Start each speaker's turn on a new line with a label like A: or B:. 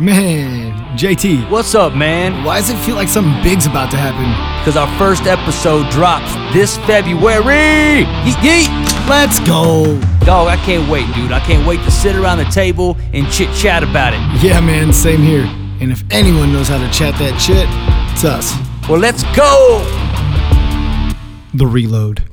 A: Man, JT,
B: What's up, man?
A: why does it feel like something big's about to happen?
B: Because our first episode drops this February. Yeet, yeet.
A: Let's go!
B: Dog, I can't wait, dude. I can't wait to sit around the table and chit chat about it.
A: Yeah, man, same here. And if anyone knows how to chat that shit, it's us,
B: Well, let's go.
A: The Reload.